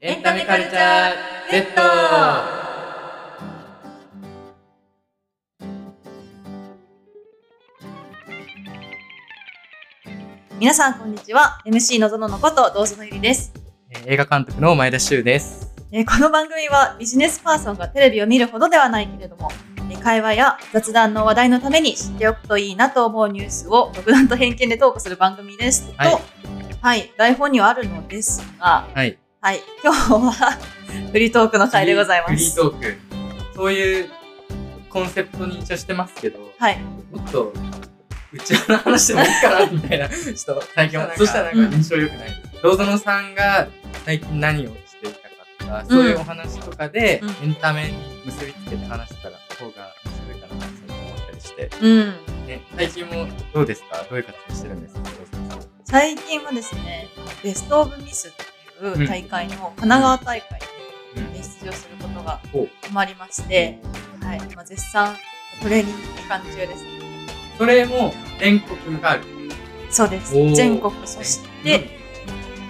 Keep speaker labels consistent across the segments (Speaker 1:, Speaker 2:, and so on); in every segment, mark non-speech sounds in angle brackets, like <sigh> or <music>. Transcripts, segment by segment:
Speaker 1: エンタメカルチャー Z!
Speaker 2: 皆さんこんにちは MC のぞののことどうぞのゆりです、
Speaker 1: えー映画監督の前田修です。
Speaker 2: えーこの番組はビジネスパーソンがテレビを見るほどではないけれどもえー会話や雑談の話題のために知っておくといいなと思うニュースを独断と偏見でトークする番組ですと、
Speaker 1: はい
Speaker 2: はい、台本にはあるのですが、
Speaker 1: はい。
Speaker 2: はい、今日は <laughs> フリートークの回でございま
Speaker 1: フリー
Speaker 2: す。
Speaker 1: トーク。そういうコンセプトに一応してますけど、
Speaker 2: はい、
Speaker 1: もっと、うちの話でもいいかな、みたいな、ちょっと最近は、そしたらなんか印象良くないです。ロードノさんが最近何をしていたかとか、そういうお話とかで、
Speaker 2: う
Speaker 1: エンタメに結びつけて話したら、方が面白いかな、そう思ったりして。
Speaker 2: うん、
Speaker 1: ね、最近もどうですかどういう活動してるんですかロードノさん。
Speaker 2: 最近はですね、ベストオブミスっていう大会の神奈川大会
Speaker 1: うん
Speaker 2: に出場することが
Speaker 1: お
Speaker 2: 決まりまして、はい、今絶賛トレーニング期間中です。
Speaker 1: それも全国がある。
Speaker 2: そうです
Speaker 1: おー。
Speaker 2: 全国、そして、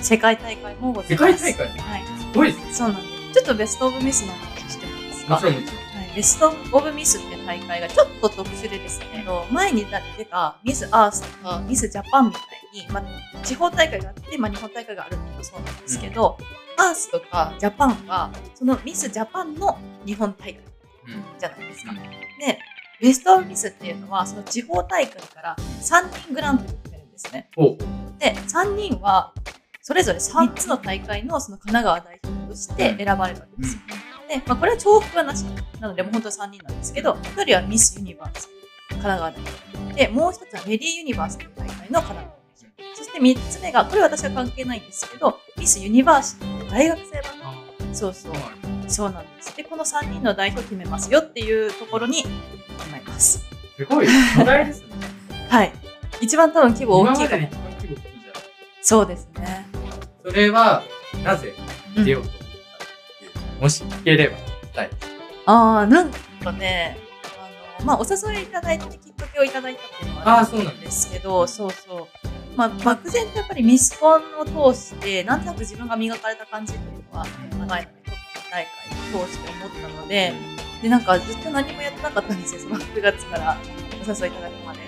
Speaker 2: 世界大会もございます。
Speaker 1: 世界大会
Speaker 2: はい、
Speaker 1: すごいですね。
Speaker 2: そうなんです。ちょっとベストオブミスの話してもいいです
Speaker 1: も
Speaker 2: か
Speaker 1: ちろんもちろん。
Speaker 2: はい、ベスト・オブ・ミスって大会がちょっと特殊でですね、前に出たミス・アースとかミス・ジャパンみたいに、まあ、地方大会があって、まあ、日本大会があるのもそうなんですけど、アースとかジャパンは、そのミス・ジャパンの日本大会
Speaker 1: うん。
Speaker 2: じゃないですか。
Speaker 1: うん
Speaker 2: で、ベスト・オブ・ミスっていうのは、その地方大会から3人グランプリになるんですね。
Speaker 1: ほう。
Speaker 2: で、3人は、それぞれ3つの大会のその神奈川代表として選ばれるわけですよ。で、まあ、これは重複はなしなので、もう本当に3人なんですけど、1人はミス・ユニバース、神奈川代表。で、もう1つはレディー・ユニバースという大会の神奈川代表。そして3つ目が、これ私は関係ないんですけど、ミス・ユニバーシティという大学生版の、
Speaker 1: あ
Speaker 2: そうそ
Speaker 1: そうう、なんだ
Speaker 2: そうなんです。で、この3人の代表決めますよっていうところに決まります。
Speaker 1: すごい。巨大ですね。
Speaker 2: <laughs> はい。一番多分規模大きいかも。
Speaker 1: 今までで一番規模大きいじゃん。
Speaker 2: そうですね。
Speaker 1: それは、なぜ
Speaker 2: うん
Speaker 1: 出ようと思ったのもし聞ければ、はい。
Speaker 2: ああ、なんかね、あの、まあ、お誘いいただいて、きっかけをいただいたっていうのは
Speaker 1: あーそうなんだ
Speaker 2: ですけど、そうそう。まあ、漠然とやっぱりミスコンを通して、なんとなく自分が磨かれた感じというのは、
Speaker 1: うん
Speaker 2: まあ前の大会を通して思ったので、で、なんかずっと何もやってなかったんですよ、その9月からお誘いいただくまで。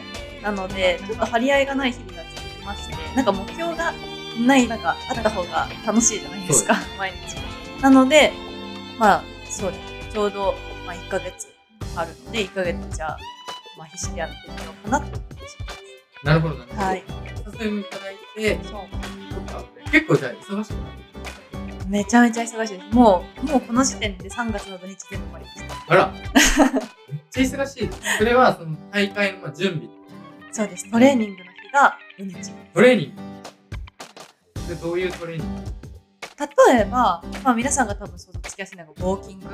Speaker 2: なので、ちょっと張り合いがない日々が続きまして、なんか目標がない、なんかあった方が楽しいじゃないですか、毎日。なので、まあ、そうです。ちょうど、まあ、1ヶ月あるので、1ヶ月じゃあ、まあ、必死でやってみようかなと思ってます。
Speaker 1: なるほど、なるほど。
Speaker 2: はい。。
Speaker 1: 誘いもいただいて、
Speaker 2: そう。
Speaker 1: そっか結構じゃあ忙しくなる。
Speaker 2: めちゃめちゃ忙しいです。もう、もうこの時点で3月の土日全部終わりました。
Speaker 1: あ
Speaker 2: <laughs>
Speaker 1: ら。めっちゃ忙しい。それは、その大会のまあ準備、
Speaker 2: そうです。トレーニングの日が土日。
Speaker 1: トレーニング。で、どういうトレーニング
Speaker 2: 例えば、まあ皆さんが多分想像つきやすいのがウォーキング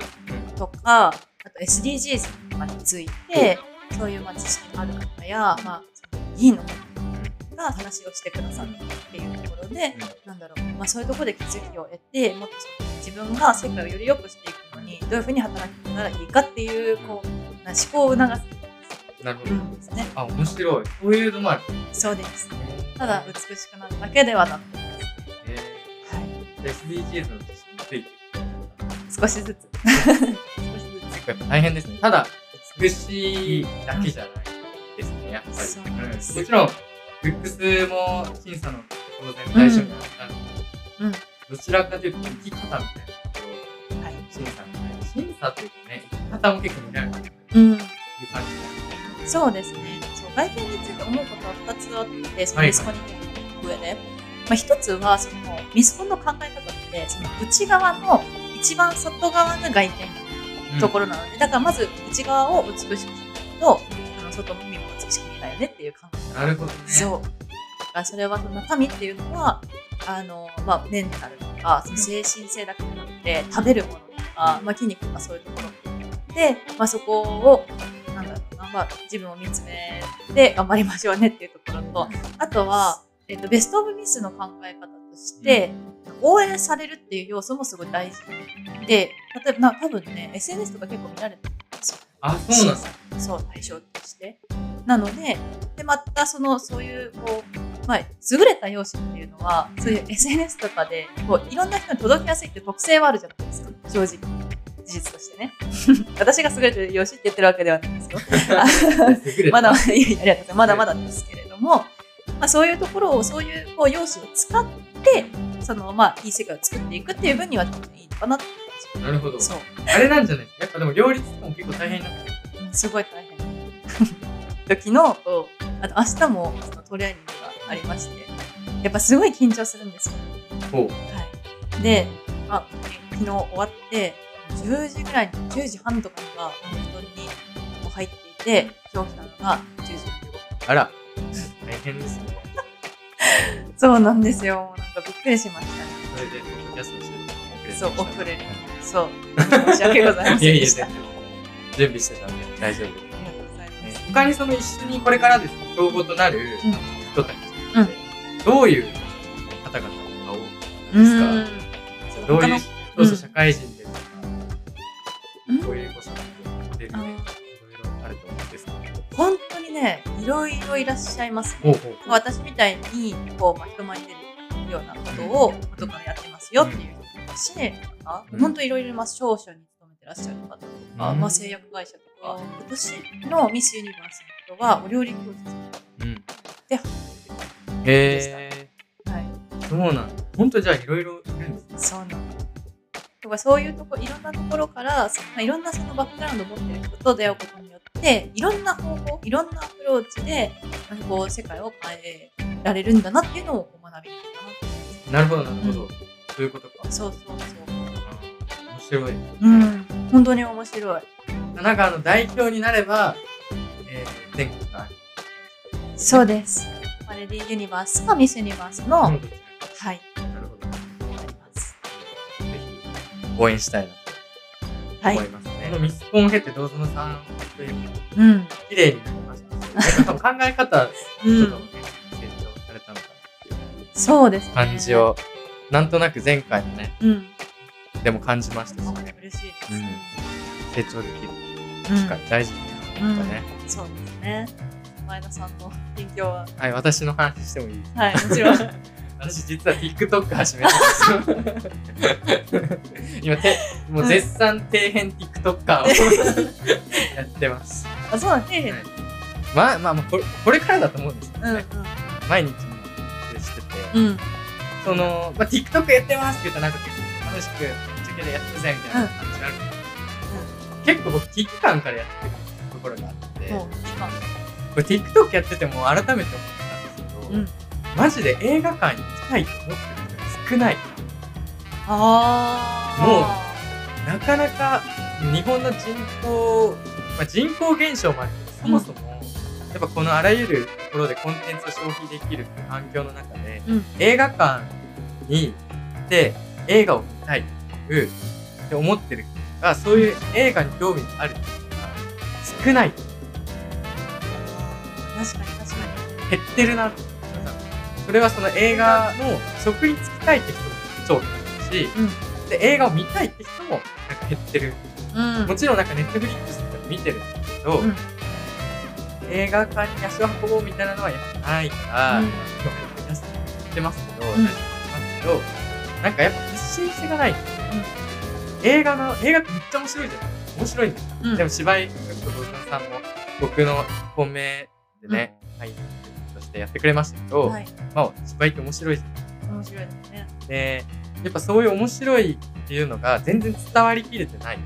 Speaker 2: とか、あと SDGs とかについて、そういうまあ知識のある方や、まあ、その議員の方が話をしてくださるっていうところで、なんだろう、まあ、そういうところで気づきを得てもっとその自分が世界をより良くしていくのにどういうふうに働けたらいいかっていうこうな思考を促す
Speaker 1: なるほど。
Speaker 2: んですね。
Speaker 1: あ、面白い。そういうのもある。
Speaker 2: そうですた
Speaker 1: た
Speaker 2: だ美しくなるだけではなくて、
Speaker 1: え
Speaker 2: はい、
Speaker 1: ー、SDGs の知識について
Speaker 2: 少し <laughs> ずつ
Speaker 1: 結構やっぱ大変ですねただ美しいだけじゃないですねやっぱり
Speaker 2: そうです
Speaker 1: んもちろんルックスも審査の当然対象にはなる
Speaker 2: うんうん
Speaker 1: どちらかというと生き方みたいなとこ
Speaker 2: はい
Speaker 1: ろを審査みたいな審査というかね生き方も結構見られるっていう
Speaker 2: うん
Speaker 1: 感
Speaker 2: そうですね。そう外見について思うことは2つあって、その
Speaker 1: はい
Speaker 2: ミスコンに行く上で。まあ、一つは、そのミスコンの考え方って、その内側の一番外側が外見
Speaker 1: じ、
Speaker 2: のところなので、だからまず内側を美しくしないと、あの外の耳も美しく見えないよねっていう考え方。
Speaker 1: なるほどね
Speaker 2: そう。だからそれはその中身っていうのは、あの、まあ、メンタルとか、その精神性だけじゃなくて、食べるものとか、まあ、筋肉とかそういうところで、まあ、そこを、なんだろうな、まあ、自分を見つめて頑張りましょうねっていうところと、あとは、えっと、ベストオブミスの考え方として、応援されるっていう要素もすごい大事で、例えば、な多分ね、SNS とか結構見られてるんですよ。
Speaker 1: あそうなんだ
Speaker 2: そう対象としてなのででまたそのそういうこうまあ、優れた容姿っていうのは、そういう SNS とかで、こう、いろんな人に届きやすいって特性はあるじゃないですか、正直。事実としてね。 <laughs> 私が優れてる容姿って言ってるわけではないんですよ。
Speaker 1: <laughs> 優れ
Speaker 2: ま
Speaker 1: た
Speaker 2: だ、いやいやありがとうございます。まだまだですけれども、まあ、そういうところを、そういうこう容姿を使って、その、まあ、いい世界を作っていくっていう分には、ちょっといいのかなって。
Speaker 1: なるほど。
Speaker 2: そう。
Speaker 1: あれなんじゃないですかやっぱでも両立も結構大変なの
Speaker 2: うんすごい大変。
Speaker 1: <laughs>
Speaker 2: 時の、こうあと明日もそのトレーニングがありまして、やっぱすごい緊張するんですよ。
Speaker 1: ほう
Speaker 2: はい、で、まあ、昨日終わって、10時ぐらいに、10時半とかには、もう布団にもう入っていて、今日来たのが10時15分。
Speaker 1: あら。大変ですね。
Speaker 2: そうなんですよ。なんかびっくりしましたね。
Speaker 1: それで、ポッドキャストしてる
Speaker 2: そう、遅れる。そう。申し訳ございません
Speaker 1: いやい
Speaker 2: で
Speaker 1: や、
Speaker 2: した。
Speaker 1: 全然準備してたんで大丈夫です。
Speaker 2: ありがとうございま
Speaker 1: ね
Speaker 2: す。
Speaker 1: 他にその一緒にこれからですね競合となる
Speaker 2: うん
Speaker 1: 人たちって、どういう方々が多いですか、
Speaker 2: うんそう
Speaker 1: どう
Speaker 2: 他
Speaker 1: い
Speaker 2: の
Speaker 1: う、そうそう
Speaker 2: うん
Speaker 1: 社会人ですとか、
Speaker 2: うん
Speaker 1: こういうご職業モデルで、
Speaker 2: あ
Speaker 1: い
Speaker 2: ー
Speaker 1: ろいろあると思うんですけど。
Speaker 2: 本当にね、いろいろいらっしゃいますね
Speaker 1: ほうほう
Speaker 2: まあ私みたいにこう、まあ、人前に出るようなことを元からやってますよっていう人もいますし、あ
Speaker 1: うん
Speaker 2: 本当いろいろます商社に勤めてらっしゃる方とか、
Speaker 1: うん
Speaker 2: まあ、製薬会社とか今年のミスユニバースの人はお料理教室
Speaker 1: うん。
Speaker 2: で
Speaker 1: へえ
Speaker 2: はい
Speaker 1: ー、そうなんだ。本当じゃあいろいろいるんですね。
Speaker 2: そうなのとかそういうとこいろんなところからそまあいろんなそのバックグラウンドを持ってる人と出会うことによっていろんな方法いろんなアプローチでなんかこう世界を変えられるんだなっていうのをこう学びたいかなって
Speaker 1: なるほど、なるほど。そういうことか。
Speaker 2: そうそうそう
Speaker 1: うん面白い。
Speaker 2: うん本当に面白い
Speaker 1: なんかあの代表になれば、えー、全国がある。
Speaker 2: そうです。まあレディーユニバースかミスユニバースの、
Speaker 1: な
Speaker 2: はい、
Speaker 1: るほ
Speaker 2: あり
Speaker 1: ど。ぜ
Speaker 2: ます。
Speaker 1: ひ応援したいなと
Speaker 2: はい
Speaker 1: 思。いますね。このミスコンを経て、どうぞのさんという
Speaker 2: うん。
Speaker 1: 綺麗になりました。多分考え方
Speaker 2: う
Speaker 1: とかも
Speaker 2: ん。
Speaker 1: ね、成長されたのかなっていう
Speaker 2: そうです、ね。
Speaker 1: 感じ。を、なんとなく前回のね、
Speaker 2: うん。
Speaker 1: でも感じましたし
Speaker 2: 本当に
Speaker 1: ね、
Speaker 2: 嬉しいです。
Speaker 1: うん成長できる
Speaker 2: うん
Speaker 1: 機会、大事だ
Speaker 2: うん
Speaker 1: ね。
Speaker 2: そうですね。前田さんの勉強は、
Speaker 1: はい、私の話してもいいですか
Speaker 2: はい、もちろん。
Speaker 1: 私実は TikTok 始めたん
Speaker 2: <laughs>
Speaker 1: ですよ。今て、もう絶賛底辺 TikToker
Speaker 2: <laughs>
Speaker 1: をやってます。
Speaker 2: あ、そうなんですね。
Speaker 1: まあまあ、まあこれこれからだと思うんですけ
Speaker 2: う
Speaker 1: ど
Speaker 2: ん
Speaker 1: ね。毎日もしてて、
Speaker 2: うん。うん。
Speaker 1: その、まあ、TikTok やってますって言ったらなんか結構楽しく、めっちゃけでやってるぜみたいな感じになるんですけど、結構僕、危機感からやってるところがあって、
Speaker 2: もう、今。
Speaker 1: これ TikTok やってても改めて思ったんですけど、
Speaker 2: うん
Speaker 1: マジで映画館に行きたいと思ってる人が少ない。
Speaker 2: あ
Speaker 1: なかなか日本の人口、まあ、人口減少もあるけどそもそも、やっぱこのあらゆるところでコンテンツを消費できるっていう環境の中で、
Speaker 2: うん
Speaker 1: 映画館に行って映画を見たいっていうって思ってる人がそういう映画に興味がある人が少ない
Speaker 2: あ。確かに、確かに。
Speaker 1: 減ってるなってそれはその映画の職に就きたいって人も超減ってるし
Speaker 2: うん。
Speaker 1: で映画を見たいって人もなんか減ってる
Speaker 2: うん
Speaker 1: もちろんなんかネットフリックスとか見てるんだけど、
Speaker 2: うん
Speaker 1: 映画館に足を運ぼうみたいなのはやっぱないから、
Speaker 2: うん
Speaker 1: 今日も出してってますけど、
Speaker 2: うん
Speaker 1: 出してますけど、なんかやっぱ発信していかないと、映画の、映画ってめっちゃ面白いじゃない面白いんですよ。
Speaker 2: うん
Speaker 1: でも芝居、僕と道山さんも僕の本命でね、俳優としてやってくれましたけど、
Speaker 2: はい。
Speaker 1: まあ芝居って面白いじゃん
Speaker 2: 面白いですね。
Speaker 1: で、やっぱそういう面白いっていうのが全然伝わりきれてない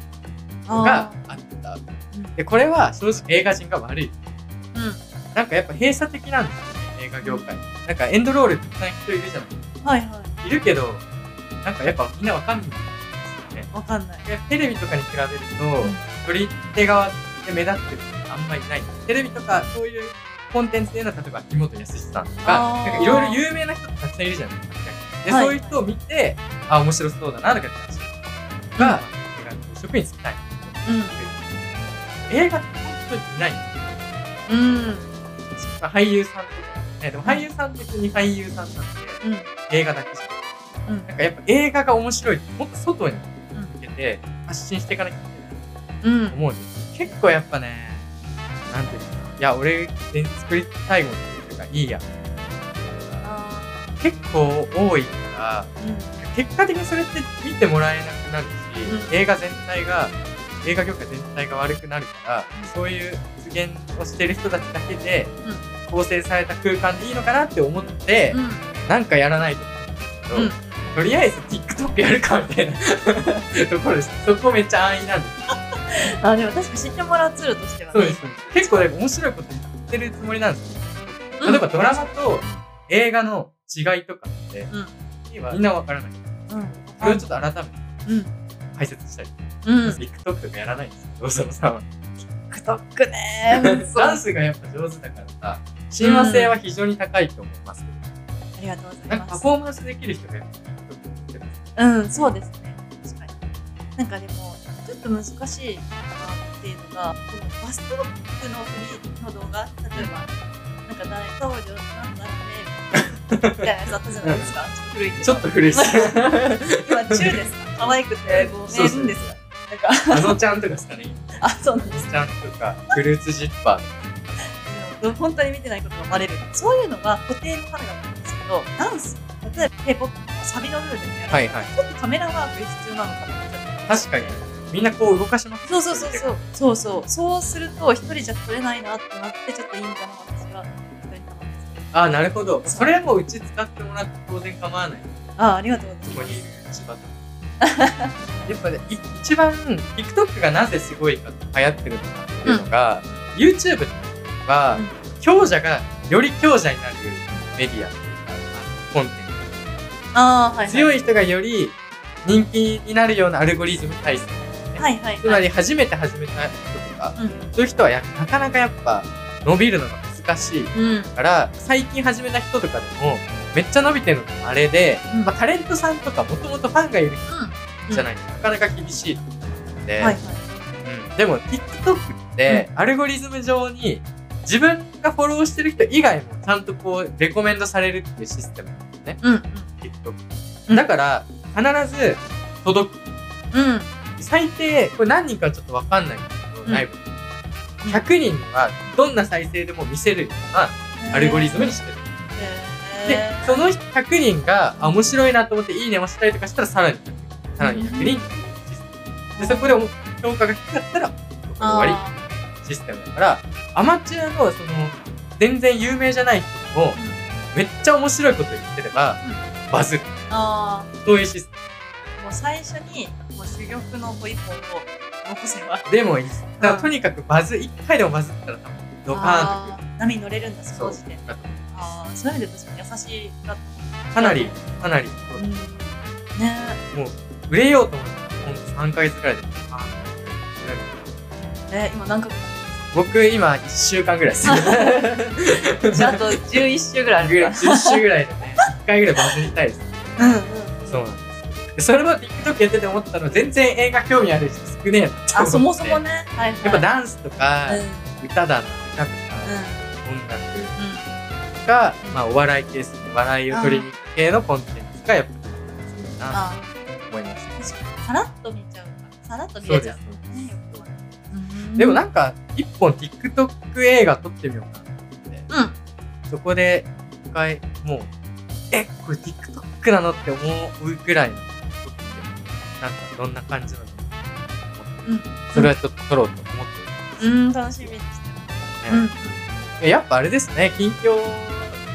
Speaker 1: のがあった。
Speaker 2: ー
Speaker 1: で、これは正直映画人が悪い。
Speaker 2: う。
Speaker 1: なんかやっぱ閉鎖的なんですよね、映画業界。なんかエンドロールたくさん人いるじゃなん
Speaker 2: はいはい
Speaker 1: い。いるけど、なんかやっぱみんなわかんないんですよね。
Speaker 2: い。わかんない。
Speaker 1: でテレビとかに比べる
Speaker 2: う
Speaker 1: と、
Speaker 2: ん
Speaker 1: 取り手側で目立ってる人があんまりいない。テレビとかそういうコンテンツでいうのは、例えば秋元康さんとか、
Speaker 2: あー
Speaker 1: なんかいろいろ有名な人ってたくさんいるじゃないですか。で、
Speaker 2: はい
Speaker 1: そういう人を見て、あ、面白そうだなとかって話が、映画の職に就きたい。映画って本当にいない。
Speaker 2: うん。うん。
Speaker 1: まあ俳優さんとか、ね、でも俳優さんって別に俳優さんなんで
Speaker 2: うん。
Speaker 1: 映画だけじゃん、
Speaker 2: うん
Speaker 1: なんかやっぱ映画が面白いってもっと外に向けて発信していかなきゃいけ
Speaker 2: うん。
Speaker 1: ないと思うんですよ結構やっぱねなんていうかないや俺全然作りたいものとかいいやっていうのが結構多いから結果的にそれって見てもらえなくなるし、
Speaker 2: うん
Speaker 1: 映画全体が映画業界全体が悪くなるからそういう発言をしてる人たちだけで、構成された空間でいいのかなって思って、
Speaker 2: うん、うん、
Speaker 1: なんかやらないと思うんですけど、とりあえず TikTok やるかみたいな <laughs> ところですそこめっちゃ安易なんです
Speaker 2: あでも確かに知ってもらうツールとしては
Speaker 1: そう
Speaker 2: ね
Speaker 1: です結構でも面白いこと言ってるつもりなんですよ
Speaker 2: うん
Speaker 1: 例えばドラマと映画の違いとかって、
Speaker 2: ん
Speaker 1: みんなわからないそれをちょっと改めて
Speaker 2: うん
Speaker 1: 解説したり、
Speaker 2: うんうん
Speaker 1: TikTok とかやらないんですよ
Speaker 2: <laughs>
Speaker 1: どうせもさんは
Speaker 2: TikTok ねそう
Speaker 1: ダ
Speaker 2: あ
Speaker 1: ンスがやっぱ上手だからさ親和性は非常に高いと思いますけど、
Speaker 2: りがとうござ
Speaker 1: ないんか
Speaker 2: ま
Speaker 1: パ
Speaker 2: す
Speaker 1: フォーマンスできる人がやっぱ TikTok ってます
Speaker 2: うん、そうですね。確かに。なんかでも、ちょっと難しいなっていうのが、このバストロックのフリーの動画、例えば、なんか大統領なんだって、みたいなやつあったじゃないですか。ちょっと古いけど。
Speaker 1: ちょっと古いし
Speaker 2: <laughs> 今、中ですか可愛くて、ご
Speaker 1: そう
Speaker 2: め
Speaker 1: そうん
Speaker 2: ですが。なんか、
Speaker 1: あのちゃんとかですかね
Speaker 2: あ、そうなんです。
Speaker 1: ちゃんとかフルーツジッパーとか
Speaker 2: でも本当に見てないことがバレる。そういうのが固定のカメラなんですけど、ダンス、例えば K-POP のサビのルールみたいな、
Speaker 1: はい
Speaker 2: ちょっとカメラワーク必要なのかなって。
Speaker 1: 確かにみんなこう動かします
Speaker 2: そうそうそうそうそうそうそうすると一人じゃ取れないなってなってちょっといいんじゃない私は一人に頼んですけど
Speaker 1: ああなるほどそれはもううち使ってもらって当然構わない
Speaker 2: あありがとうござい
Speaker 1: こ
Speaker 2: ま
Speaker 1: こにいる千葉とやっぱねい一番 TikTok がなぜすごいか流行ってるのかっていうのが、YouTube は、強者がより強者になるメディアっていうかコンテン
Speaker 2: すああはいはい
Speaker 1: ツ強い人がより人気になるようなアルゴリズム体制
Speaker 2: はいはいはい
Speaker 1: つまり初めて始めた人とか
Speaker 2: うん
Speaker 1: そういう人はやなかなかやっぱ伸びるのが難しい
Speaker 2: うん
Speaker 1: から最近始めた人とかでもめっちゃ伸びてるのがあれで、
Speaker 2: うん
Speaker 1: まあ、タレントさんとかもともとファンがいる人じゃないとなかなか厳しいってことで、
Speaker 2: うんはいはい
Speaker 1: うんでも TikTok ってアルゴリズム上に自分がフォローしてる人以外もちゃんとこうレコメンドされるっていうシステムなんですね
Speaker 2: うん
Speaker 1: TikTok だから必ず届く
Speaker 2: うんうん
Speaker 1: 最低これ何人かちょっと分かんないんですけど、
Speaker 2: うん
Speaker 1: 内部100人にはどんな再生でも見せるようなアルゴリズムにしてる
Speaker 2: へ
Speaker 1: で
Speaker 2: え
Speaker 1: その100人があ面白いなと思って「いいね」をしたりとかしたらさらに100人さらに100人っていうシステムでそこで評価が低かったら終わり
Speaker 2: あ
Speaker 1: システムだからアマチュアのその全然有名じゃない人もめっちゃ面白いこと言ってればバズる
Speaker 2: ーあ
Speaker 1: そういうシステ
Speaker 2: ーもう最初にもう珠玉のご一本を残せば
Speaker 1: ムでもいいですだからとにかくバズ1回でもバズったら多分ドカーンとく
Speaker 2: あー波に乗れるんだそ
Speaker 1: そう
Speaker 2: の時点で
Speaker 1: だと思います
Speaker 2: ああそういう意味で確かに優しいなって
Speaker 1: かなりかなり
Speaker 2: うんね
Speaker 1: もう売れようと思ったらほんと3ヶ月ぐらいでドカーンと
Speaker 2: えね今何回も
Speaker 1: 僕今1週間ぐ <laughs> らいです
Speaker 2: じゃあ、あと11週ぐらいあるか
Speaker 1: 10週ぐらいでね1回ぐらいバズりたいです
Speaker 2: ら。うんうん。
Speaker 1: そうなんですでそれも TikTok やってて思ったの全然映画興味ある人少ねえなって思っ
Speaker 2: あ、
Speaker 1: て
Speaker 2: そもそもね。はい、はい。
Speaker 1: やっぱダンスとか、
Speaker 2: うん。うん。
Speaker 1: 歌だな歌とか、音楽とか、まあ、お笑い系ですね笑いを取りに行く系のコンテンツがやっぱりいいな
Speaker 2: あ
Speaker 1: と思いました
Speaker 2: ー、確かに。さらっと見ちゃうから。さらっと見
Speaker 1: そう
Speaker 2: れち
Speaker 1: で
Speaker 2: ゃ
Speaker 1: す
Speaker 2: う。ね、よくわかるうん
Speaker 1: でもなんか一本 TikTok 映画撮ってみようかなって思って
Speaker 2: うん。
Speaker 1: そこで一回もうえこれ TikTok なのって思うぐらいの撮ってなんかどんな感じなの
Speaker 2: うん
Speaker 1: それはちょっと撮ろうと思ってるんです
Speaker 2: うん、楽しみにして
Speaker 1: けど
Speaker 2: る。
Speaker 1: ね
Speaker 2: うん。
Speaker 1: えやっぱあれですね近況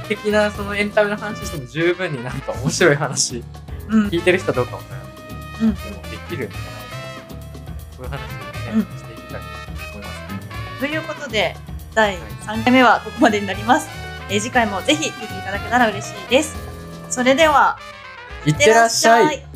Speaker 1: 的なそのエンタメの話しても十分になんか面白い話
Speaker 2: うん。
Speaker 1: 聞いてる人はどうかわからない
Speaker 2: うん。
Speaker 1: けどでもできるんじゃないかなこういう話を
Speaker 2: う
Speaker 1: ね、
Speaker 2: ん
Speaker 1: していきたいと思いますね
Speaker 2: ということで、第3回目はここまでになります。えー次回もぜひ見ていただけたら嬉しいです。それでは、
Speaker 1: いってらっしゃい
Speaker 2: い。